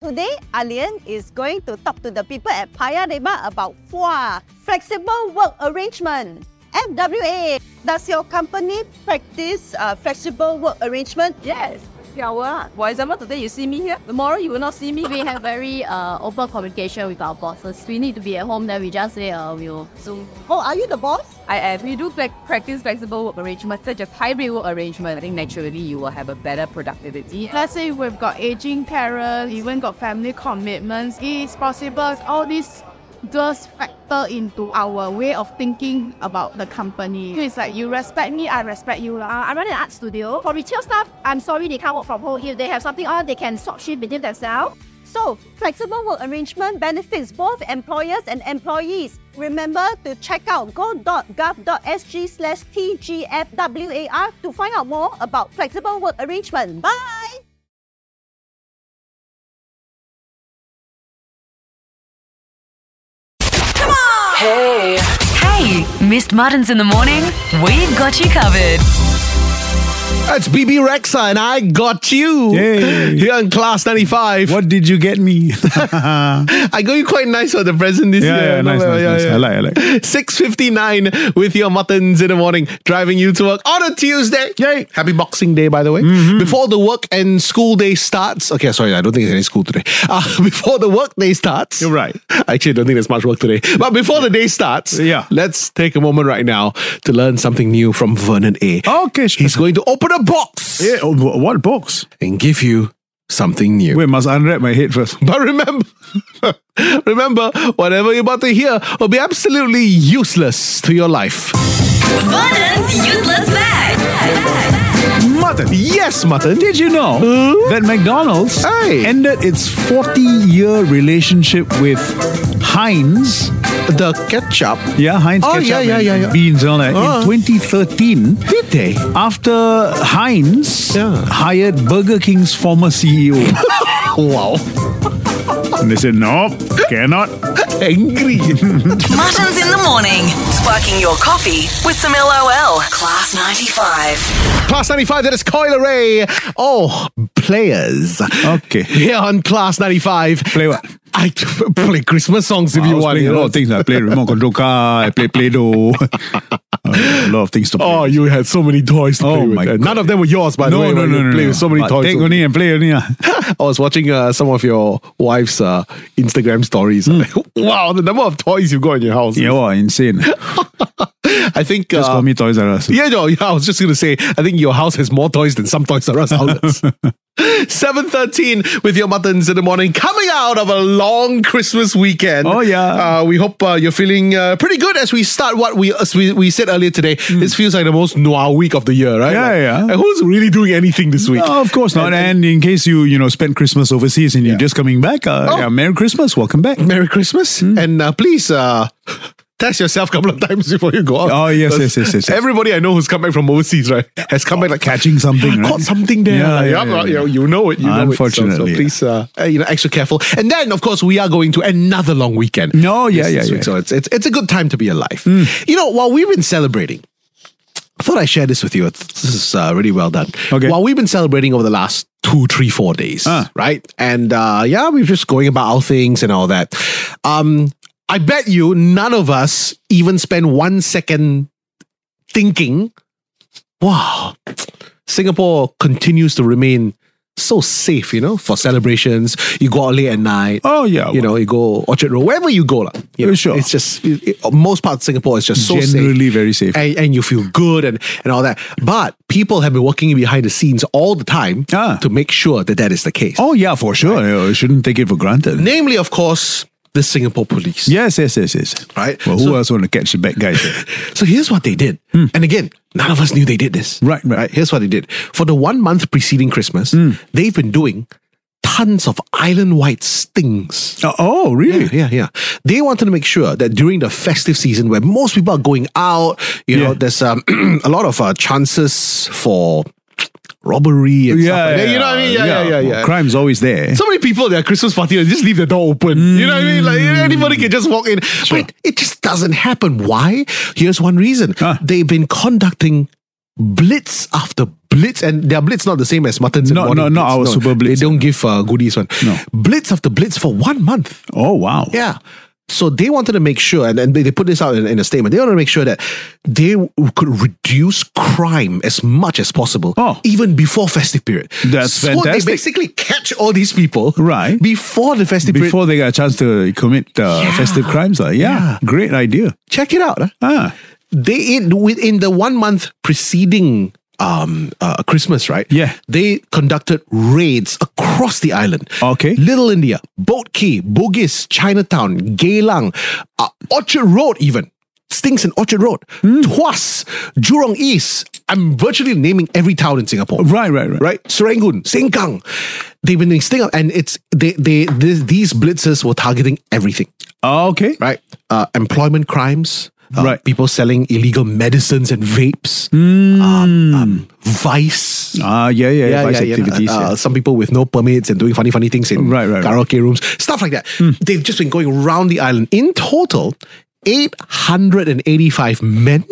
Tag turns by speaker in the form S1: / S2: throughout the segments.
S1: Today, Alian is going to talk to the people at Paya Lebar about FWA, Flexible Work Arrangement, FWA. Does your company practice uh, flexible work arrangement?
S2: Yes, it's our. For example, today you see me here. Tomorrow you will not see me.
S3: We have very uh, open communication with our bosses. We need to be at home, then we just say uh, we'll soon.
S1: Oh, are you the boss?
S2: I am. We do flex- practice flexible work arrangements such as hybrid work arrangement. I think naturally you will have a better productivity.
S4: Let's say we've got aging parents, even got family commitments. It's possible all these does factor into our way of thinking about the company. It's like you respect me, I respect you lah.
S5: I run an art studio. For retail staff, I'm sorry they can't work from home. If they have something on, they can swap shift between themselves.
S1: So, flexible work arrangement benefits both employers and employees. Remember to check out go.gov.sg slash TGFWAR to find out more about flexible work arrangement. Bye!
S6: Hey, missed Muttons in the morning? We've got you covered.
S7: That's BB Rexa and I got you
S8: Yay.
S7: here in class 95.
S8: What did you get me?
S7: I got you quite nice for the present this
S8: Yeah,
S7: year.
S8: yeah,
S7: No,
S8: nice,
S7: no,
S8: nice, nice. I like, I like.
S7: 6.59 with your muttons in the morning, driving you to work on a Tuesday.
S8: Yay. Mm-hmm.
S7: Happy Boxing Day, by the way. Before the work and school day starts. Okay, sorry, I don't think there's any school today. Uh, before the work day starts.
S8: You're right.
S7: I actually don't think there's much work today. But before the day starts,
S8: Yeah.
S7: let's take a moment right now to learn something new from Vernon A.
S8: okay, sure.
S7: He's going to open a box
S8: Oh. Yeah, oh, wh- what box?
S7: and give you something new.
S8: Wait, must unwrap my head first.
S7: But remember, remember, whatever you're about to hear will be absolutely useless to your life.
S6: Vernon's useless fact.
S8: Mutton.
S7: Yes, Mutton.
S8: Did you know that McDonald's
S7: Hey.
S8: ended its 40 year relationship with Heinz?
S7: The ketchup.
S8: Yeah, Heinz
S7: Oh,
S8: ketchup
S7: yeah, yeah,
S8: and,
S7: yeah,
S8: and
S7: yeah.
S8: beans and all that.
S7: Uh-huh.
S8: In 2013,
S7: Did they?
S8: after Heinz
S7: Yeah.
S8: hired Burger King's former CEO.
S7: Wow.
S8: and they said, nope, cannot.
S7: Angry.
S6: Muttons in the morning. Sparking your coffee with some LOL. Class 95.
S7: Class 95, that is Coil Array. Oh, players.
S8: Okay.
S7: Here on Class 95.
S8: Play what?
S7: I play Christmas songs if
S8: I
S7: you
S8: was
S7: want.
S8: playing
S7: you
S8: a
S7: know.
S8: lot of things. I play remote control car. I play Play Doh. a lot of things to play.
S7: Oh, you had so many toys to
S8: Oh
S7: play with.
S8: my
S7: and
S8: God.
S7: None of them were yours, by the way.
S8: no, no,
S7: but you
S8: no, no,
S7: play
S8: no.
S7: with so many
S8: But
S7: toys.
S8: Take only and play only. ah.
S7: I was watching uh, some of your wife's uh, Instagram stories. wow, the number of toys you've got in your house.
S8: Hmm. Yeah, wow, insane.
S7: I think.
S8: Just
S7: uh,
S8: call me Toys ah. R Us.
S7: Yeah, no, yeah, I was just going to say, I think your house has more toys than some Toys R Us outlets. 7.13 with your muttons in the morning, coming out of a long Christmas weekend.
S8: Oh, yeah.
S7: Uh, we hope uh, you're feeling uh, pretty good as we start what we as we, we said earlier today. This feels like the most noir week of the year, right?
S8: Hmm. Yeah,
S7: Like,
S8: yeah.
S7: like, who's really doing anything this week?
S8: No, of course not.
S7: And-
S8: And in case you, you know, spent Christmas overseas and
S7: Yeah.
S8: you're just coming back, uh,
S7: Oh.
S8: yeah, Merry Christmas. Welcome back.
S7: Merry Christmas.
S8: Hmm.
S7: And uh, please uh, test yourself a couple of times before you go out.
S8: Oh, yes,
S7: Because
S8: yes, yes, yes, yes.
S7: Everybody I know who's come back from overseas, right, has come back like
S8: Catching something,
S7: I
S8: right?
S7: caught something there.
S8: Yeah,
S7: Like,
S8: yeah, yeah,
S7: well, You,
S8: yeah.
S7: know, you know it. You know it. So- So,
S8: Unfortunately, yeah.
S7: please, uh, uh, you know, extra careful. And then, of course, we are going to another long weekend.
S8: No, yeah,
S7: this-
S8: yeah, Hmm.
S7: this
S8: yeah.
S7: week. So it's, it's, it's a good time to be alive. You know, while we've been celebrating, I thought I'd share this with you. This is uh, really well done.
S8: Okay.
S7: While we've been celebrating over the last two, three, four days,
S8: Ah.
S7: right? And uh, yeah, we're just going about our things and all that. Um, I bet you none of us even spend one second thinking, wow, Singapore continues to remain so safe, you know, for celebrations. You go out late at night.
S8: Oh, yeah.
S7: You know, you go Orchard Road, wherever you go, lah. You know,
S8: Sure.
S7: It's just it, it- most parts of Singapore is just so safe
S8: Generally very safe.
S7: and, and you feel good and, and all that. But people have been working behind the scenes all the time
S8: Ah.
S7: to make sure that that is the case.
S8: Oh, yeah, for sure. You know, shouldn't take it for granted.
S7: Namely, of course, the Singapore police.
S8: Yes, yes, yes, yes.
S7: Right.
S8: Well, who
S7: So-
S8: else want to catch the bad guys?
S7: So here's what they did. And again, none of us knew they did this.
S8: Hmm. Right, Hmm. right.
S7: Here's what they did. For the one month preceding Christmas, they've been doing tons of island wide stings.
S8: oh, oh, really?
S7: Yeah, yeah, yeah. They wanted to make sure that during the festive season, where most people are going out, you know,
S8: Yeah.
S7: there's um, a lot of uh, chances for robbery and stuff like that. You know what I mean? Yeah, yeah, yeah, yeah.
S8: Crime's always there.
S7: So many people at their Christmas party they just leave the door open. You know what I mean? Like
S8: Mm.
S7: anybody can just walk in. But it just doesn't happen. Why? Here's one reason.
S8: Huh.
S7: They've been conducting blitz after blitz, and their blitz not the same as Muttons and
S8: No,
S7: Morning
S8: no, not our Super Blitz.
S7: They don't give uh, goodies one.
S8: No.
S7: blitz after blitz for one month.
S8: Oh wow.
S7: Yeah. So they wanted to make sure, and, and they, they put this out in, in a statement. They wanted to make sure that they w- could reduce crime as much as possible,
S8: Oh.
S7: even before festive period.
S8: That's
S7: so
S8: fantastic.
S7: they basically catch all these people
S8: Right.
S7: before the festive period.
S8: Before they got a chance to commit uh,
S7: Yeah.
S8: festive crimes, uh, yeah,
S7: Yeah.
S8: great idea.
S7: Check it out. huh?
S8: Ah,
S7: They in within the one month preceding um uh, Christmas, right?
S8: Yeah.
S7: They conducted raids across the island.
S8: Okay.
S7: Little India, Boat Key, Bugis, Chinatown, Geylang, uh, Orchard Road, even. Stinks in Orchard Road,
S8: Hmm.
S7: Tuas, Jurong East. I'm virtually naming every town in Singapore
S8: right, right, right,
S7: right? Serangoon, Sengkang. They've been doing sting up, and it's they they this, these blitzes were targeting everything,
S8: Ah, Okay,
S7: right? Uh, employment crimes, uh,
S8: Right. Hmm.
S7: People selling illegal medicines and vapes, um, um, vice.
S8: Ah, yeah, yeah, yeah, vice activities.
S7: uh,
S8: yeah.
S7: uh, some people with no permits and doing funny, funny things in
S8: Right, right, Hmm. right.
S7: karaoke rooms, stuff like that. They've just been going around the island. In total, 885 men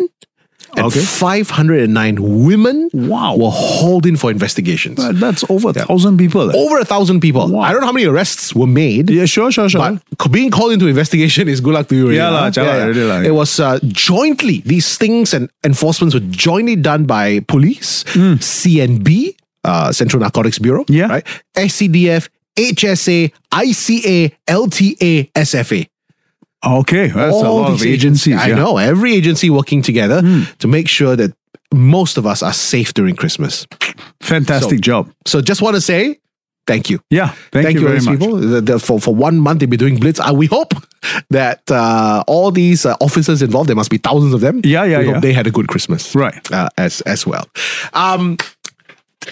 S7: and
S8: Okay.
S7: 509 women
S8: Wow.
S7: were hauled in for investigations
S8: But that's over a thousand people. eh?
S7: over a thousand people.
S8: Wow.
S7: I don't know how many arrests were made.
S8: Yeah, sure, sure, sure.
S7: But c- being called into investigation is good luck to you. Already,
S8: Yeah lah,
S7: huh?
S8: jialat already lah.
S7: It was uh, jointly these things and enforcements were jointly done by police, CNB, uh, Central Narcotics Bureau,
S8: Hmm. Yeah.
S7: right, SCDF, HSA, ICA, LTA, SFA.
S8: okay, that's a lot of
S7: these
S8: agencies.
S7: I
S8: yeah. Hmm.
S7: know every agency working together to make sure that most of us are safe during Christmas.
S8: Fantastic
S7: So-
S8: job.
S7: So just want to say thank you.
S8: Yeah, thank, you,
S7: all
S8: very
S7: these
S8: much.
S7: People. The- the- for, for one month, they've been doing blitz. Uh, we hope that uh, all these uh, officers involved, there must be thousands of them.
S8: Yeah, yeah,
S7: we
S8: yeah.
S7: Hope they had a good Christmas.
S8: Right.
S7: Uh, as as well. Um,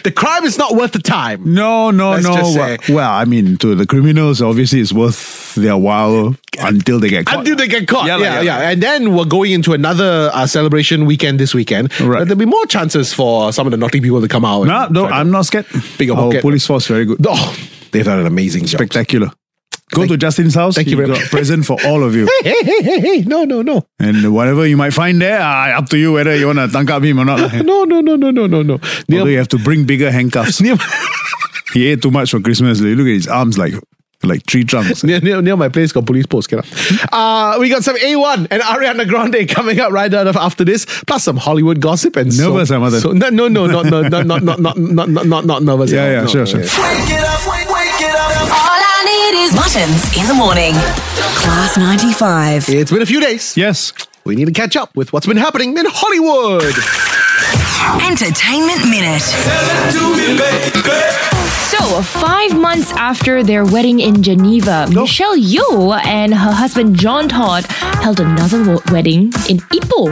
S7: the crime is not worth the time.
S8: No, no,
S7: Let's
S8: no.
S7: just
S8: Well,
S7: say-
S8: well, I mean, to the criminals, obviously, it's worth their while until they get caught.
S7: Until they get caught.
S8: Yeah,
S7: Yeah,
S8: lah,
S7: yeah,
S8: yeah,
S7: And then we're going into another uh, celebration weekend this weekend.
S8: Right.
S7: There'll be more chances for some of the naughty people to come out.
S8: No,
S7: and
S8: no,
S7: try to-
S8: I'm not scared.
S7: Big
S8: Our
S7: pocket.
S8: police force very good,
S7: Oh, they've done an amazing job.
S8: spectacular. Go
S7: Thank-
S8: to Justin's house.
S7: thank you
S8: He
S7: very
S8: got
S7: much.
S8: Present for all of you,
S7: Hey, hey, hey, hey. No, no, no.
S8: and whatever you might find there, ah, up to you whether you want to tank up him or not. lah.
S7: No, no, no, no, no, no, no.
S8: Although you have to bring bigger handcuffs.
S7: Near-
S8: he ate too much for Christmas. Look at his arms like like tree trunks.
S7: near, near, near my place got police post. Cannot. Uh, we got some A1 and Ariana Grande coming up right out of after this, plus some Hollywood gossip and
S8: Nervous,
S7: so,
S8: I'm other-
S7: so no, no, no, not no, no, not not not not not not not nervous.
S8: Yeah,
S7: at all.
S8: yeah,
S7: No,
S8: sure,
S7: no,
S8: sure.
S6: Wake it up, wake, wake it up. All I need is Muttons in the morning. Class 95.
S7: It's been a few days.
S8: Yes.
S7: We need to catch up with what's been happening in Hollywood.
S6: Entertainment Minute.
S9: So, five months after their wedding in Geneva, Michelle Yeoh and her husband John Todd held another wo- wedding in Ipoh.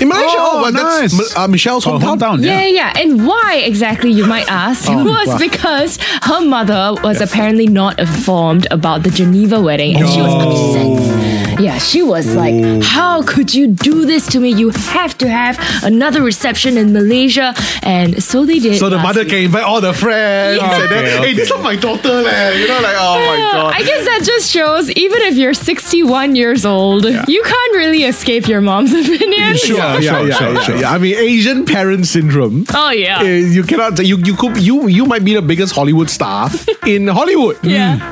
S7: In Malaysia,
S8: Oh,
S7: but
S8: nice.
S7: that's uh, Michelle's
S8: Oh,
S7: hometown.
S8: hometown,
S9: Yeah,
S8: yeah.
S9: yeah. And why exactly, you might ask, was
S7: Oh, wow.
S9: because her mother was apparently not informed about the Geneva wedding and she was upset. Yeah, she was
S7: Oh.
S9: like, How could you do this to me? You have to have another reception in Malaysia. And so they did.
S7: So the
S9: last
S7: mother
S9: week.
S7: can invite all the friends.
S9: Yeah.
S7: And then,
S8: Okay,
S7: Hey, this is
S8: okay.
S7: my daughter, leh. You know, like oh my
S9: Yeah,
S7: god.
S9: I guess that just shows even if you're 61 years old, you can't really escape your mom's opinion.
S8: Sure,
S7: yeah, yeah,
S8: sure,
S7: yeah,
S8: sure,
S7: yeah,
S8: sure.
S7: yeah. I mean, Asian parent syndrome.
S9: Oh, yeah.
S8: Eh,
S7: Uh, you cannot. You you could you you might be the biggest Hollywood star in Hollywood. Hmm.
S8: mm.
S9: Yeah.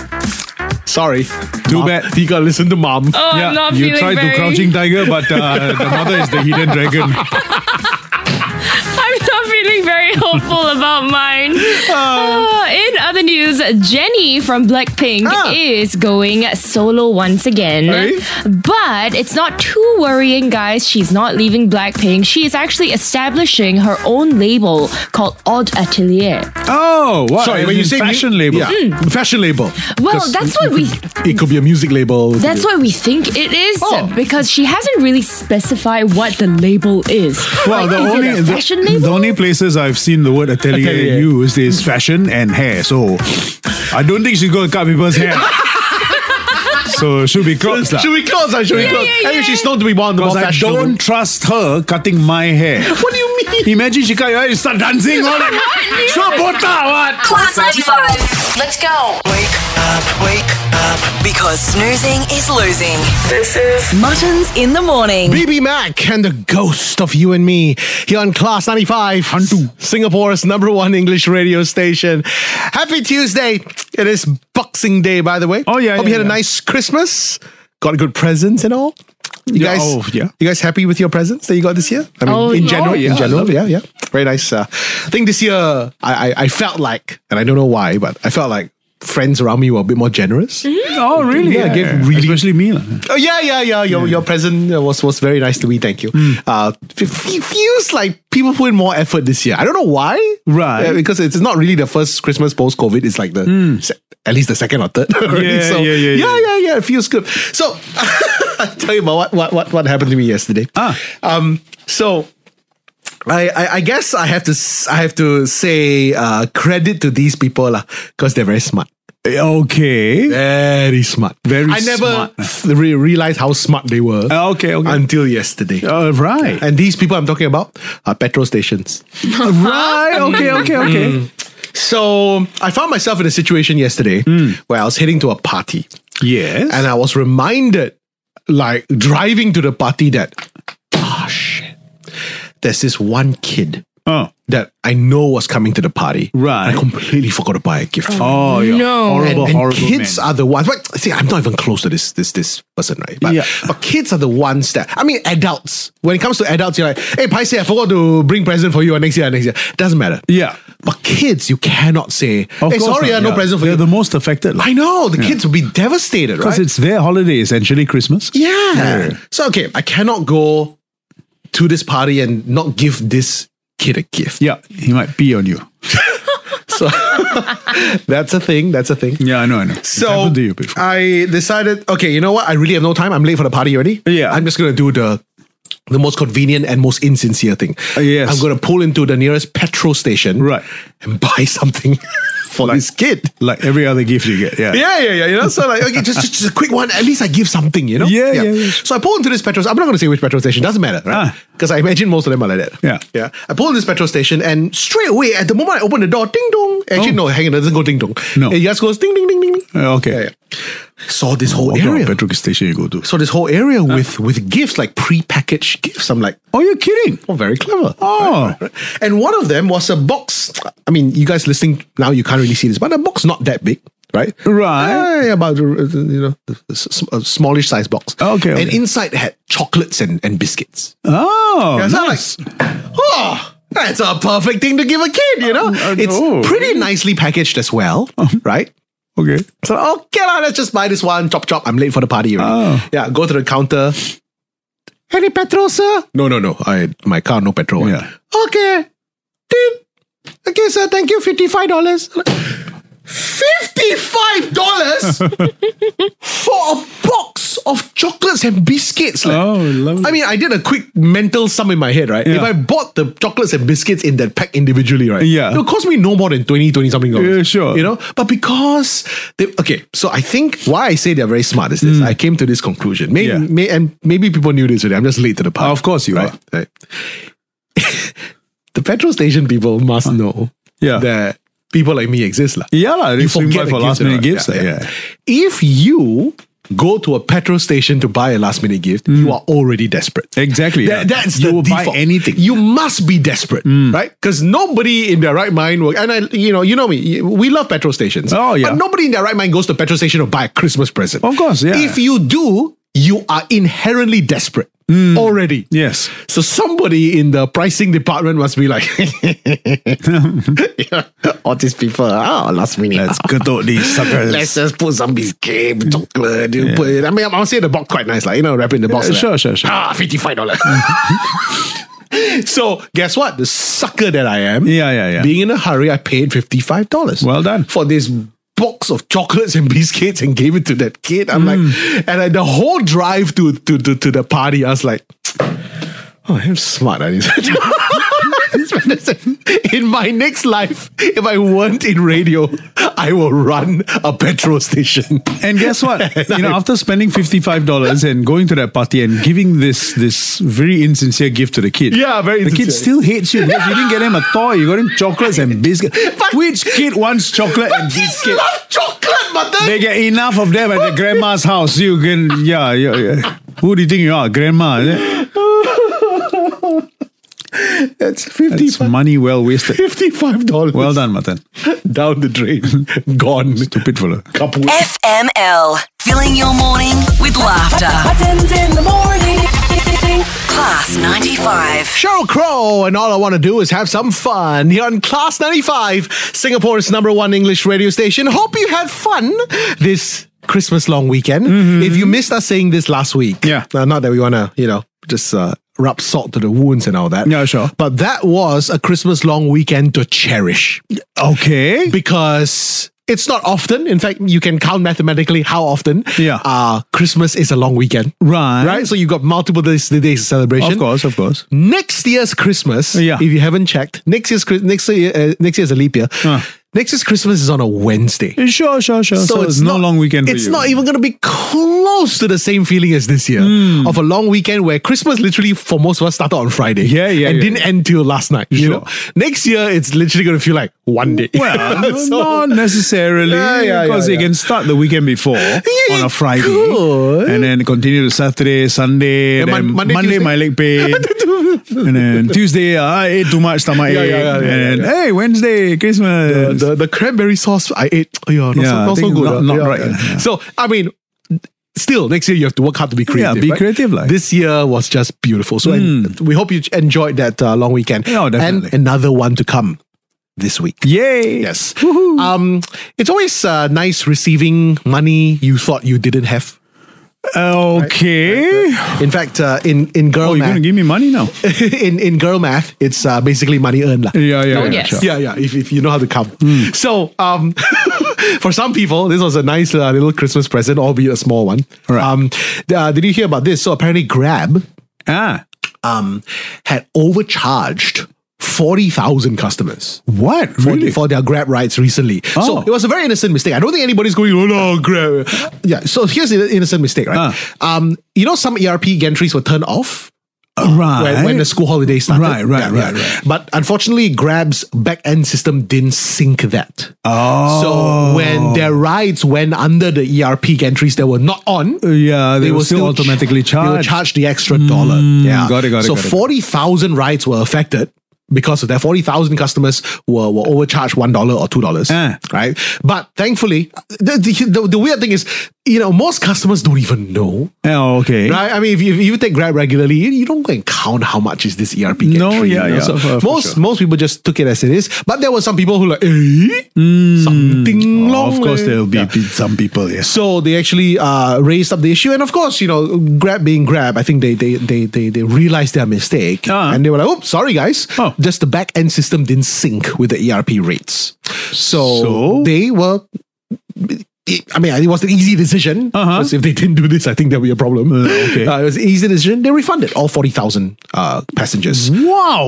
S7: Sorry,
S8: Too
S7: Mom,
S8: bad.
S7: You gotta listen to mom.
S9: Oh, I'm not
S8: you
S9: feeling
S8: tried
S9: very.
S8: to crouching tiger, but uh, the mother is the hidden dragon.
S9: I'm not feeling very hopeful about mine.
S8: Ah.
S9: Uh, in other news, Jenny from Blackpink
S7: Ah.
S9: is going solo once again.
S7: Hey.
S9: But it's not too worrying, guys. She's not leaving Blackpink. She is actually establishing her own label called Odd Atelier.
S8: Oh, what?
S7: Sorry,
S8: As
S7: when you
S8: in
S7: say mu-
S8: fashion label,
S7: yeah, fashion label.
S9: Hmm. Well,
S7: 'Cause
S9: that's
S7: it-
S9: what we
S7: It could be a music label. it could
S9: That's
S7: be-
S9: what we think it is
S7: Oh.
S9: because she hasn't really specified what the label is.
S8: Well,
S9: Like,
S8: the
S9: is it
S8: only
S9: a fashion
S8: the,
S9: label?
S8: the only places I've seen the word atelier,
S7: Atelier.
S8: used is fashion and hair. So I don't think she's going to cut people's hair. so she'll be close lah.
S7: Should we close? Or should we close? I mean, she's known to be one of the
S8: Because
S7: most
S8: I
S7: fashionable.
S8: don't trust her cutting my hair.
S7: What do you mean?
S8: Imagine she cut your hair, you start dancing all that. Sure, bota, what?
S6: Class 95. Let's go. Wake up, wake up. Because snoozing is losing. This is Muttons in the Morning.
S7: BB Mac and the ghost of you and me here on Class 95,
S8: Hantu.
S7: Singapore's number one English radio station. Happy Tuesday. It is Boxing Day, by the way.
S8: Oh, yeah,
S7: Hope
S8: yeah,
S7: you had a
S8: yeah.
S7: nice Christmas. Got good presents and all. You
S8: Yeah,
S7: guys,
S8: oh, yeah.
S7: you guys happy with your presents that you got this year? I mean,
S9: Oh,
S7: in
S9: yeah.
S7: general,
S8: Oh, yeah,
S7: in
S8: I
S7: general,
S8: love
S7: yeah, yeah. Very nice. Uh, I think this year I, I, I felt like, and I don't know why, but I felt like friends around me were a bit more generous.
S8: Oh, really?
S7: Yeah, give really-
S8: Especially me. lah.
S7: Oh yeah, yeah, yeah. Your your present was was very nice to me. Thank you.
S8: Mm.
S7: Uh, it fe- feels like people put in more effort this year. I don't know why.
S8: Right. Mm.
S7: Yeah, because it's not really the first Christmas post COVID. It's like the se- at least the second or third. already.
S8: Yeah, yeah, yeah,
S7: yeah,
S8: yeah.
S7: yeah, yeah. It feels good. So I'll tell you about what what what what happened to me yesterday.
S8: Ah.
S7: Um. So. I, I, I guess I have to s- I have to say uh, credit to these people because they're very smart.
S8: Okay.
S7: Very smart.
S8: Very
S7: I never
S8: smart.
S7: re- realized how smart they were.
S8: Ah, okay, okay.
S7: Until yesterday.
S8: All right. Uh,
S7: And these people I'm talking about are petrol stations.
S8: right. Okay. Okay. Okay.
S7: Mm. So I found myself in a situation yesterday
S8: Hmm.
S7: where I was heading to a party
S8: Yes.
S7: and I was reminded, like driving to the party, that, ah, shit, there's this one kid
S8: oh.
S7: that I know was coming to the party.
S8: Right.
S7: I completely forgot to buy a gift for him.
S8: Oh. Yeah.
S9: No.
S8: Horrible.
S7: and
S8: horrible.
S7: kids
S8: man.
S7: are the ones. But see, I'm not even close to this this this person, right? But,
S8: Yeah.
S7: but kids are the ones that I mean, adults. When it comes to adults, you're like, hey, Paisei, I forgot to bring present for you or next year, or next year. Doesn't matter.
S8: Yeah.
S7: But kids, you cannot say,
S8: Of
S7: hey,
S8: course
S7: sorry, ah,
S8: not,
S7: no
S8: yeah.
S7: present for
S8: They're
S7: you.
S8: the most affected.
S7: I know the kids will be devastated,
S8: Because
S7: right?
S8: it's their holiday, essentially Christmas.
S7: yeah. So okay, I cannot go to this party and not give this kid a gift.
S8: Yeah. He might pee on you.
S7: So that's a thing. That's a thing.
S8: Yeah. I know. I know. It's
S7: So
S8: happened to you before.
S7: I decided, okay, you know what? I really have no time. I'm late for the party already.
S8: Yeah.
S7: I'm just gonna do the the most convenient and most insincere thing.
S8: Uh, yes.
S7: I'm gonna pull into the nearest petrol station
S8: Right.
S7: and buy something for this kid.
S8: like every other gift you get. Yeah.
S7: Yeah, yeah, yeah. You know, so like, okay, just, just, just a quick one. At least I give something, you know?
S8: Yeah, yeah, yeah.
S7: So I pull into this petrol I'm not going to say which petrol station, doesn't matter, right?
S8: Ah.
S7: Because I imagine most of them are like that.
S8: Yeah.
S7: Yeah. I pull into this petrol station and straight away, at the moment I open the door, ding dong. Actually, no,
S8: Oh.
S7: hang on, it doesn't go ding dong.
S8: No.
S7: It just goes ding ding ding ding.
S8: Uh, okay.
S7: Yeah, yeah. Saw this whole
S8: What kind of
S7: area.
S8: Oh, petrol station you go to?
S7: Saw this whole area with, with gifts, like prepackaged gifts. I'm like,
S8: oh, you're kidding.
S7: Oh, very clever.
S8: Oh.
S7: Right, right, right. And one of them was a box. I mean, you guys listening now, you can't really see this, but a box not that big, right?
S8: Right.
S7: Uh, yeah, about, uh, you know, a s- a smallish size box.
S8: Okay,
S7: And
S8: okay.
S7: inside had chocolates and, and biscuits.
S8: Oh.
S7: Yeah, so I'm
S8: nice.
S7: like, oh, that's a perfect thing to give a kid, you know?
S8: I
S7: it's
S8: know.
S7: pretty nicely packaged as well, right?
S8: Okay.
S7: So okay, lah, let's just buy this one. Chop chop. I'm late for the party. Already.
S8: Oh.
S7: Yeah, go to the counter. Any petrol, sir? No, no, no. I my car no petrol.
S8: Yeah.
S7: Okay. Beep. Okay, sir. Thank you. Fifty five dollars. Fifty five dollars for a box of chocolates and biscuits. leh.
S8: Oh, lovely.
S7: I mean, I did a quick mental sum in my head, right?
S8: Yeah.
S7: If I bought the chocolates and biscuits in that pack individually, right?
S8: Yeah.
S7: It would cost me no more than 20, 20 something dollars.
S8: Yeah, sure.
S7: You know? But because they okay, so I think why I say they're very smart is this. I came to this conclusion. Maybe
S8: Hmm. Yeah.
S7: may, and maybe people knew this already. I'm just late to the party.
S8: Of course you
S7: right?
S8: are.
S7: Right. the petrol station people must know
S8: Yeah.
S7: that people like me exist. lah
S8: Yeah, lah. They
S7: you
S8: swing
S7: forget
S8: by for
S7: the
S8: last
S7: gift
S8: minute
S7: around.
S8: gifts. Yeah. yeah.
S7: If you go to a petrol station to buy a last minute gift, you are already desperate.
S8: Mm. Exactly,
S7: That-
S8: yeah.
S7: That's
S8: You
S7: the
S8: will buy
S7: default.
S8: anything. Mm.
S7: You must be desperate, right? Because nobody in their right mind will. And I, you know, you know me. We love petrol stations.
S8: Oh, yeah.
S7: But nobody in their right mind goes to a petrol station to buy a Christmas present.
S8: Of course, yeah.
S7: If you do, you are inherently desperate
S8: Mm.
S7: already.
S8: Yes.
S7: So somebody in the pricing department must be like, all these people, oh, last minute.
S8: Let's cut out these suckers.
S7: Let's just put some biscuit, chocolate. You put it. I mean, I'll say the box quite nice, like you know, wrap it in the box.
S8: Yeah,
S7: like
S8: sure,
S7: that.
S8: sure, sure.
S7: Ah, fifty five dollars. so guess what? The sucker that I am.
S8: Yeah, yeah, yeah.
S7: Being in a hurry, I paid fifty five dollars.
S8: Well done.
S7: for this box of chocolates and biscuits and gave it to that kid. I'm
S8: Mm.
S7: like, and I, the whole drive to to to to the party, I was like, oh, I'm smart. I This man said, in my next life, if I weren't in radio, I will run a petrol station.
S8: And guess what? You know, after spending fifty-five dollars and going to that party and giving this this very insincere gift to the kid,
S7: Yeah, very
S8: the kid
S7: insincere.
S8: still hates you because you didn't get him a toy. You got him chocolates and biscuits. Which kid wants chocolate and
S7: Kids
S8: biscuit?
S7: love chocolate, mother.
S8: They get enough of them at the grandma's house. You can, yeah, yeah, yeah. Who do you think you are, grandma? is it?
S7: That's
S8: It's
S7: 55
S8: money well wasted.
S7: $55.
S8: Well done, Matan.
S7: Down the drain. Gone.
S8: Stupid fella.
S7: Couple.
S6: FML. Filling your morning with laughter. Buttons in the morning. Class 95.
S7: Cheryl Crow, and all I want to do is have some fun here on Class 95, Singapore's number one English radio station. Hope you had fun this Christmas long weekend. If you missed us saying this last week,
S8: Mm-hmm. Yeah.
S7: uh, not that we want to, you know, just uh, rub salt to the wounds and all that.
S8: Yeah, sure.
S7: But that was a Christmas long weekend to cherish
S8: Oh. Okay.
S7: because it's not often. In fact, you can count mathematically how often.
S8: Yeah.
S7: Uh, Christmas is a long weekend.
S8: Right.
S7: Right? So you've got multiple days, days of celebration
S8: Of course, of course.
S7: next year's Christmas.
S8: Yeah.
S7: If you haven't checked, next year's Chris- next year uh, next year's a leap year.
S8: Huh.
S7: Next year's Christmas is on a Wednesday.
S8: Sure, sure, sure. So, it's, no
S7: not-
S8: long weekend for
S7: It's
S8: you.
S7: not even going to be close to the same feeling as this year
S8: Hmm.
S7: of a long weekend where Christmas literally for most of us started on Friday.
S8: Yeah, yeah,
S7: and
S8: yeah.
S7: didn't end till last night. You
S8: Sure.
S7: know, next year it's literally going to feel like one day.
S8: Well,
S7: So-
S8: not necessarily.
S7: Yeah, yeah,
S8: because
S7: yeah,
S8: they
S7: yeah.
S8: can start the weekend before
S7: you
S8: on a Friday.
S7: could.
S8: And then continue to Saturday, Sunday,
S7: Then
S8: then
S7: Mon- Monday,
S8: Monday,
S7: Tuesday.
S8: my leg pain. and then Tuesday, uh, I ate too much, stomach
S7: Yeah,
S8: ache.
S7: yeah, yeah, yeah,
S8: and then,
S7: yeah, yeah.
S8: hey, Wednesday, Christmas.
S7: the, the cranberry sauce I ate. Oh, yeah, not,
S8: Yeah,
S7: so,
S8: I
S7: not so
S8: think
S7: good.
S8: not-
S7: ah.
S8: not
S7: Yeah,
S8: right,
S7: yeah.
S8: yeah.
S7: So I mean, still next year you have to work hard to be creative. Mm.
S8: be
S7: right?
S8: creative, like.
S7: this year was just beautiful. So and we hope you enjoyed that uh, long weekend.
S8: Yeah, definitely.
S7: And another one to come this week.
S8: Yay.
S7: Yes. Um, it's always uh, nice receiving money you thought you didn't have.
S8: Okay.
S7: In fact, uh, in in girl
S8: Oh, you're
S7: math,
S8: going to give me money now?
S7: in in girl math, it's uh, basically money earned. lah.
S8: Yeah, yeah,
S9: Oh,
S8: yeah.
S9: yes.
S8: sure. Hmm.
S7: Yeah, yeah. If, if you know how to count. So, um, for some people, this was a nice uh, little Christmas present, albeit a small one.
S8: Right.
S7: Um, th- uh, did you hear about this? So apparently, Grab
S8: Ah,
S7: um had overcharged. 40,000 customers.
S8: What?
S7: For,
S8: Really?
S7: for their Grab rides recently. So
S8: Oh.
S7: it was a very innocent mistake. I don't think anybody's going, oh no, Grab. Yeah. So here's the innocent mistake, right? Um, you know, some ERP gantries were turned off
S8: right.
S7: Oh, when, when the school holiday started.
S8: Right, right, right, right.
S7: But unfortunately, Grab's back end system didn't sync that.
S8: Oh.
S7: So when their rides went under the E ERP gantries that were not on,
S8: Yeah, they, were still, automatically
S7: ch- They were
S8: charged. Hmm.
S7: charged the extra dollar. Yeah,
S8: got it, got it,
S7: So
S8: got it.
S7: forty thousand rides were affected. Because of that, 40,000 customers were, were overcharged $1 or $2,
S8: Ah.
S7: right? But thankfully, the, the, the, the weird thing is, you know, most customers don't even know
S8: Oh, okay.
S7: Right? I mean, if you, if you take Grab regularly, you, you don't go and count how much is this E ERP.
S8: No,
S7: entry,
S8: yeah,
S7: you know?
S8: yeah,
S7: So
S8: for- for
S7: most
S8: sure.
S7: most people just took it as it is, but there were some people who like, eh, something
S8: Hmm. Oh,
S7: long.
S8: of course,
S7: eh."
S8: there will be
S7: Yeah.
S8: pe- some people, yes.
S7: So they actually uh, raised up the issue, and of course, you know, Grab being Grab, I think they they they they, they realized their mistake,
S8: Ah.
S7: and they were like, "Oh, sorry guys,
S8: Oh.
S7: just the back end system didn't sync with the ERP rates." So,
S8: So?
S7: they were. I mean, it was an easy decision.
S8: Uh-huh. Mm,
S7: Because if they didn't do this, I think there would be a problem.
S8: okay.
S7: Uh, it was an easy decision. They refunded all forty thousand uh, passengers.
S8: Wow,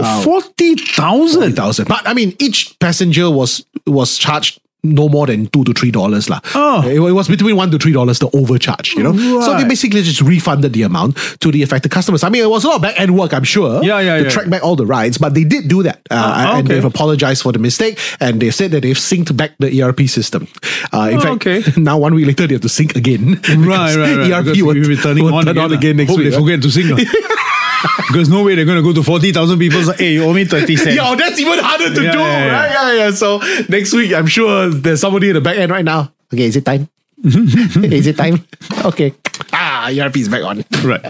S8: 40,000.
S7: 40,000. But I mean, each passenger was was charged no more than two to three dollars lah.
S8: Oh.
S7: It, wa- it was between one to three dollars the overcharge, you know. So they
S8: Right.
S7: basically just refunded the amount to the affected customers. I mean, it was a lot of back end work, I'm sure.
S8: Yeah, yeah,
S7: To
S8: yeah.
S7: track back all the rides, but they did do that, uh,
S8: Ah,
S7: and
S8: okay.
S7: they've apologized for the mistake, and they've said that they've synced back the ERP system. Uh, in
S8: Oh,
S7: fact,
S8: okay.
S7: now one week later they have to sync again.
S8: Right,
S7: because E
S8: right, right.
S7: ERP
S8: Because
S7: will,
S8: we'll be turning
S7: will
S8: on
S7: turn
S8: again,
S7: on
S8: lah.
S7: again next
S8: Hope
S7: week.
S8: they
S7: ah.
S8: forget to sing. lah. because no way they're going to go to 40,000 people and say, hey, you owe me 30 cents.
S7: Yeah, oh, that's even harder to
S8: Yeah,
S7: do,
S8: yeah, yeah.
S7: right? Yeah, yeah. So next week, I'm sure there's somebody in the back end right now. Okay, is it time? is it time? Okay. Ah, ERP is back on.
S8: Right.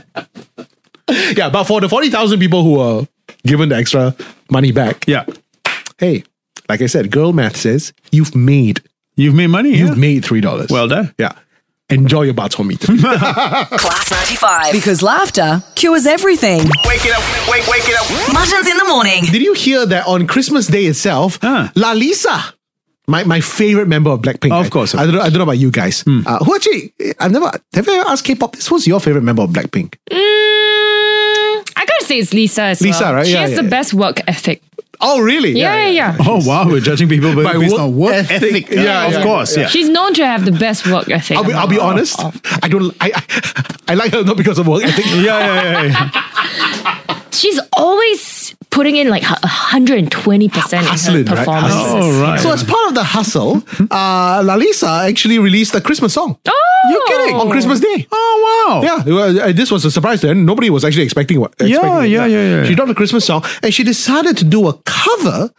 S7: Yeah, but for the 40,000 people who are given the extra money back,
S8: Yeah.
S7: hey, like I said, girl math says you've made
S8: You've made money.
S7: you've
S8: yeah?
S7: made $3.
S8: Well done.
S7: Yeah. Enjoy your baton meat.
S6: Class 95.
S2: Because laughter
S6: Cures everything.
S10: Wake it up, wake, wake it up.
S6: Muttons in the morning.
S7: Did you hear that on Christmas Day itself,
S8: Huh.
S7: La Lisa, my, my favorite member of Blackpink.
S8: Of
S7: I-
S8: course, Hmm. of
S7: I, don't know, I don't know about you guys. Uh, who actually, I've never, have you ever asked K-pop this? Who's your favorite member of Blackpink?
S9: Mm, I gotta say it's Lisa as
S7: Lisa,
S9: well.
S7: right?
S9: She
S7: Yeah,
S9: has
S7: yeah,
S9: the
S7: yeah.
S9: best work ethic.
S7: Oh, really?
S9: Yeah, yeah, yeah.
S8: Oh wow, we're judging people by
S7: By
S8: based
S7: work
S8: on work
S7: ethic.
S8: ethic.
S7: Yeah, yeah,
S8: of
S7: yeah.
S8: course. Yeah.
S9: She's known to have the best work ethic. Oh.
S7: I'll be, I'll be honest. I don't. I, I I like her not because of work. I think.
S8: yeah, yeah, yeah, yeah.
S9: She's always putting in like 120 percent in
S7: Hustling,
S9: her
S7: right?
S9: performances.
S8: Oh, right.
S7: So as part of the hustle, uh, Lalisa actually released a Christmas song.
S9: Oh!
S7: you kidding? On Christmas Day.
S8: Oh wow.
S7: Yeah, it was- uh, this was a surprise then. Nobody was actually expecting what.
S8: Yeah,
S7: expecting
S8: yeah,
S7: that.
S8: yeah, yeah.
S7: She dropped a Christmas song and she decided to do a cover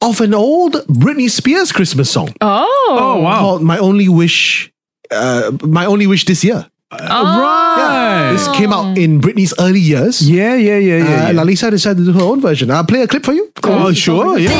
S7: of an old Britney Spears Christmas song
S9: Oh,
S8: Oh wow.
S7: called "My Only Wish." Uh, my only wish this year. Oh.
S8: Right.
S7: This came out in Britney's early years.
S8: Yeah, yeah, yeah, yeah.
S7: Uh,
S8: yeah.
S7: Lalisa decided to do her own version. I'll play a clip for you.
S8: oh, sure. Yeah.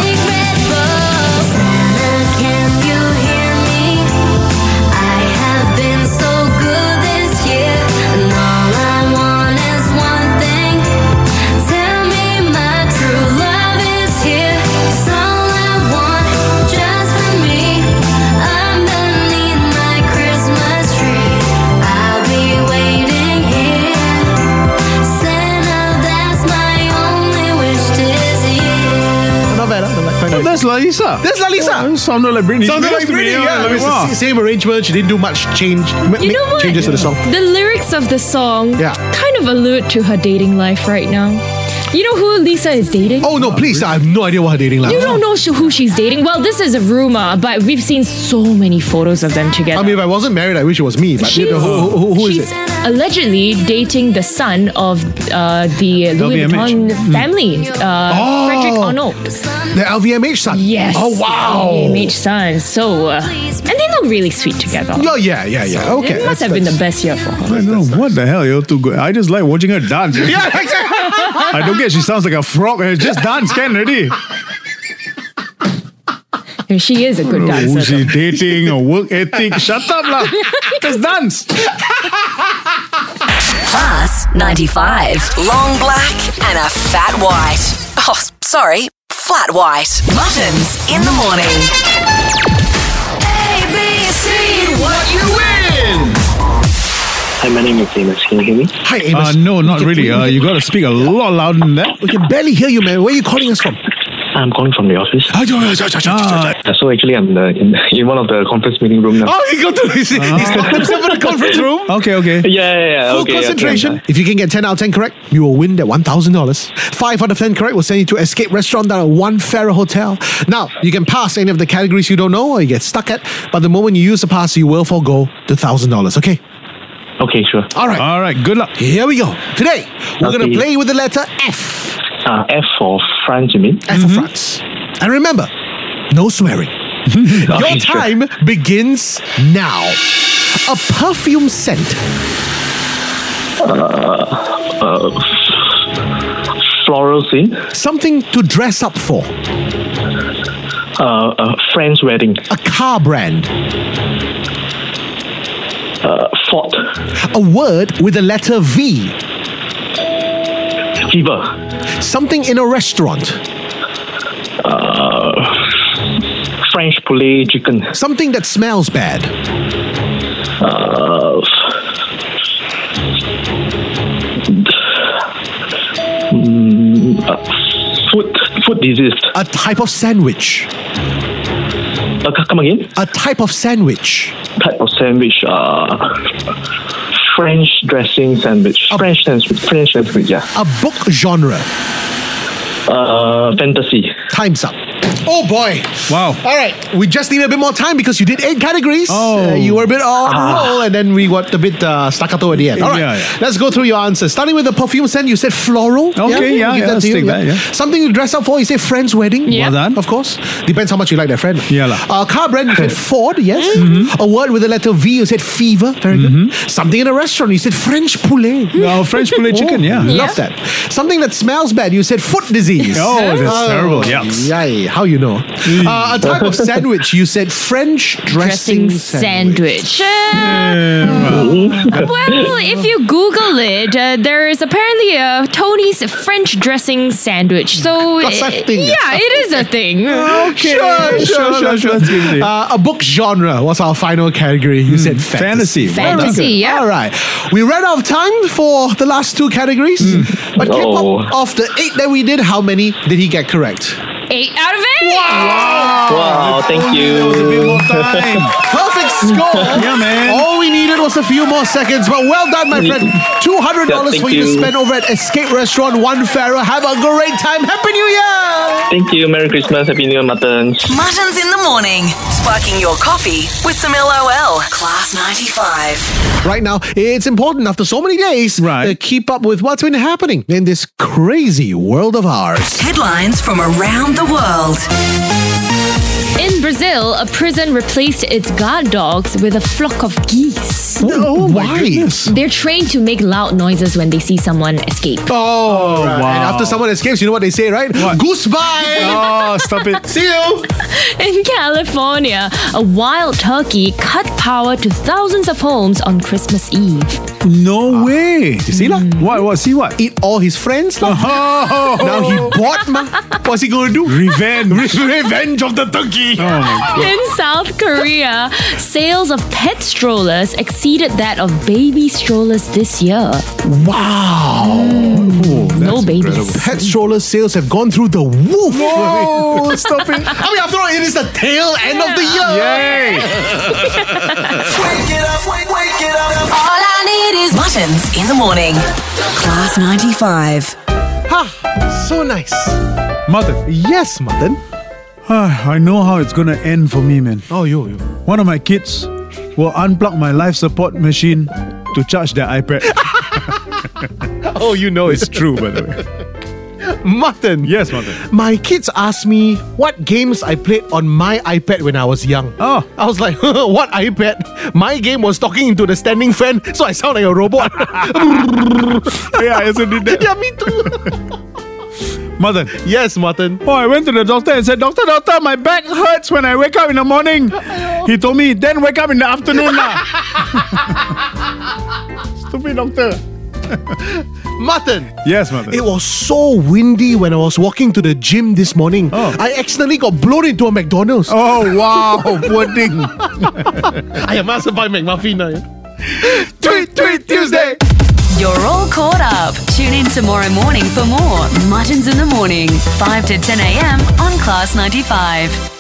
S7: Not bad. Huh? Not bad.
S8: That's Lalisa.
S7: That's Lalisa.
S8: Oh, it sounded like Britney.
S7: Sounded
S8: Spears
S7: like
S8: to me.
S7: Britney,
S8: I
S7: yeah.
S8: was
S7: It was
S8: like,
S7: the same arrangement. She didn't do much change. ma-
S9: You
S7: make
S9: know what?
S7: Changes to the song.
S9: The lyrics of the song
S7: Yeah.
S9: kind of allude to her dating life right now. You know who Lisa is dating?
S7: Oh
S8: Uh,
S7: no, please! I have no idea what her dating life.
S9: You
S7: is.
S9: don't know sh- who she's dating. Well, this is a rumor, but we've seen so many photos of them together.
S7: I mean, if I wasn't married, I wish it was me. But you know, who, who- who- who is
S9: she's
S7: it?
S9: allegedly dating the son of uh, the Louis
S8: LVMH.
S9: Vuitton family, uh,
S7: Hmm. Oh.
S9: Frederick Arnold.
S7: The LVMH son.
S9: Yes.
S7: Oh wow.
S9: LVMH son. So, uh, and they look really sweet together.
S7: Oh yeah, yeah, yeah. Okay.
S9: It must
S7: that's-
S9: have been the
S7: that's-
S9: best year for her.
S8: I don't know what the hell you're too good. I just like watching her dance.
S7: Yeah, exactly.
S8: I don't get. She sounds like a frog. Uh, Just dance can already.
S9: And she is a good
S8: Who's
S9: dancer.
S8: Oh, she dating or work ethic? Shut up, lah. Just dance.
S6: Class 95. Long black and a fat white. Oh, s- sorry, flat white. Muttons in the morning. A, B, C, what you win?
S10: Hi, my name is Amos. Can you hear me?
S7: Hi,
S8: Uh,
S7: Amos.
S8: no, not
S7: Okay,
S8: really.
S7: we-
S8: Uh, you got to speak a lot louder than that.
S7: We can barely hear you, man. Where are you calling us from?
S10: I'm calling from the office.
S8: Ah,
S10: Uh, so actually, I'm the, in, in one of the conference meeting room now.
S7: Oh, he got to. He's, he's
S8: Uh-huh.
S7: locked himself in the conference room.
S8: okay, okay.
S10: Yeah, yeah, yeah.
S7: Full
S10: Uh, okay, okay,
S7: concentration. if you can get 10 out of 10 correct, you will win that $1,000. 5 out of 10 correct will send you to Escape Restaurant down at One Farrah Hotel. Now, you can pass any of the categories you don't know or you get stuck at, but the moment you use the pass, you will forego the $1,000, okay?
S10: I'm- okay, sure.
S7: All right,
S8: All right. Good luck.
S7: here we go. Today, we're going
S10: Okay.
S7: to play with the letter F.
S10: Uh, F for France, you mean?
S7: F for France. And remember, no swearing. Your
S10: Okay, sure.
S7: time begins now. A perfume scent.
S10: Floral scene.
S7: Something to dress up for.
S10: Uh, uh, friend's wedding.
S7: A car brand.
S10: Uh, Fort.
S7: A word with the letter V.
S10: Fever.
S7: Something in a restaurant.
S10: Uh, French poulet chicken.
S7: Something that smells bad.
S10: Uh, mm, uh, food, food disease.
S7: A type of sandwich.
S10: Uh, c- come again?
S7: A type of sandwich.
S10: type of sandwich. Uh, French dressing sandwich. French sandwich. French sandwich. Yeah.
S7: A book genre.
S10: Uh, fantasy.
S7: Time's up. Oh boy.
S8: Wow.
S7: All right. We just need a bit more time because you did eight categories.
S8: Oh.
S7: Uh, you were a bit off roll and then we got a bit uh, staccato at the end. All right.
S8: Yeah, yeah.
S7: Let's go through your answers. Starting with the perfume scent, you said floral.
S8: Okay, yeah,
S7: We'll give
S8: yeah,
S7: that
S8: let's
S7: to you,
S8: take that, yeah.
S7: Something you dress up for, you say friend's wedding.
S8: Yeah. Well done.
S7: Of course. Depends how much you like that friend.
S8: Yeah lah. Mm-hmm.
S7: Uh, car brand, you said Ford, yes. A word with the letter V, you said fever. Very good. Something in a restaurant, you said French poulet.
S8: No, Mm-hmm. French poulet chicken. Yeah.
S7: Love that. Something that smells bad. You said foot disease.
S8: Oh, that's terrible. Yucks.
S7: Yay. How you know? Uh, a type of sandwich. You said French dressing,
S9: Dressing
S7: sandwich.
S9: sandwich. Uh, well, if you Google it, uh, there is apparently a Tony's French dressing sandwich. So,
S7: That's a
S9: uh,
S7: thing.
S9: yeah, it is a thing.
S8: Okay.
S7: Sure, sure, sure,
S8: Let's give it a go.
S7: Uh, a book genre was our final category. You said
S8: Fantasy.
S7: Hmm. fantasy.
S8: Well
S9: done. Fantasy, yeah.
S7: All right. We ran out of time for Hmm. the last two categories. But K-pop,
S10: Oh.
S7: of the eight that we did, how many did he get correct?
S9: Eight out of eight.
S10: Wow,
S8: Oh,
S10: Oh, thank you.
S7: Perfect score.
S8: Yeah, man.
S7: All we needed was a few more seconds, but well done, my friend. Two hundred dollars
S10: Yeah,
S7: for
S10: thank
S7: you to
S10: you.
S7: spend over at Escape Restaurant One Farah. Have a great time. Happy New Year.
S10: Thank you. Merry Christmas. Happy New Year, Muttons.
S6: Muttons in the morning. Sparking your coffee with some LOL. Class 95.
S7: Right now, it's important after so many days to keep up with what's been happening in this crazy world of ours.
S6: Headlines from around the world.
S9: In Brazil, a prison replaced its guard dogs with a flock of geese.
S7: Oh, why?
S9: They're trained to make loud noises when they see someone escape.
S7: Oh, wow. And after someone escapes, you know what they say, right? Goodbye.
S8: Oh, stop it.
S7: See you.
S9: In California, a wild turkey cut power to thousands of homes on Christmas Eve.
S8: No way. Ah. Mm. You
S7: see lah?
S8: What? What? See what?
S7: Eat all his friends lah.
S8: Oh,
S7: Now he bought ma. Uh-huh. What's he gonna do?
S8: revenge.
S7: Revenge of the turkey.
S8: Oh my god.
S9: In South Korea, sales of pet strollers exceeded that of baby strollers this year.
S7: Wow.
S9: no babies.
S7: Pet stroller sales have gone through the woof.
S8: Oh, stop it.
S7: I mean, after all, it is the tail end of the year.
S8: Yay.
S6: All I need is Muttons in the morning. Class 95.
S7: Ha! So nice.
S8: Mother.
S7: Yes, Madan.
S8: I know how it's gonna end for me, man.
S7: Oh, yo, yo.
S8: One of my kids will unplug my life support machine to charge their iPad.
S7: Oh, you know it's
S8: True, by the way.
S7: Madan.
S8: Yes, mother.
S7: My kids asked me what games I played on my iPad when I was young.
S8: Oh.
S7: I was like, what iPad? My game was talking into the standing fan, so I sound like a robot.
S8: Yeah, I also did that.
S7: yeah, me too.
S8: Mother.
S7: yes, Martin.
S8: Oh, I went to the doctor and said, Doctor, doctor, my back hurts when I wake up in the morning. He told me, then wake up in the afternoon lah. Stupid doctor.
S7: Martin.
S8: Yes, mother.
S7: It was so windy when I was walking to the gym this morning.
S8: Oh.
S7: I accidentally got blown into a McDonald's.
S8: Oh wow, poor thing.
S7: I am asked by McMuffin. tweet, tweet, Tuesday.
S6: You're all caught up. Tune in tomorrow morning for more Muttons in the morning. 5 to 10 a.m. on Class 95.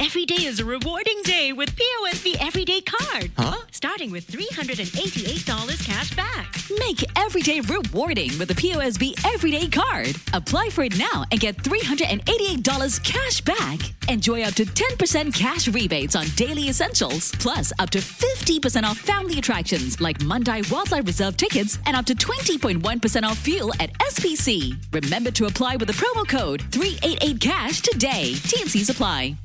S11: Every day is a rewarding day with POSB Everyday Card. Huh? Starting with $388 cash back. Make every day rewarding with the POSB Everyday Card. Apply for it now and get $388 cash back. Enjoy up to 10% cash rebates on daily essentials, plus up to 50% off family attractions like Mundai Wildlife Reserve tickets and up to 20.1% off fuel at SPC. Remember to apply with the promo code 388CASH today. TNCs apply.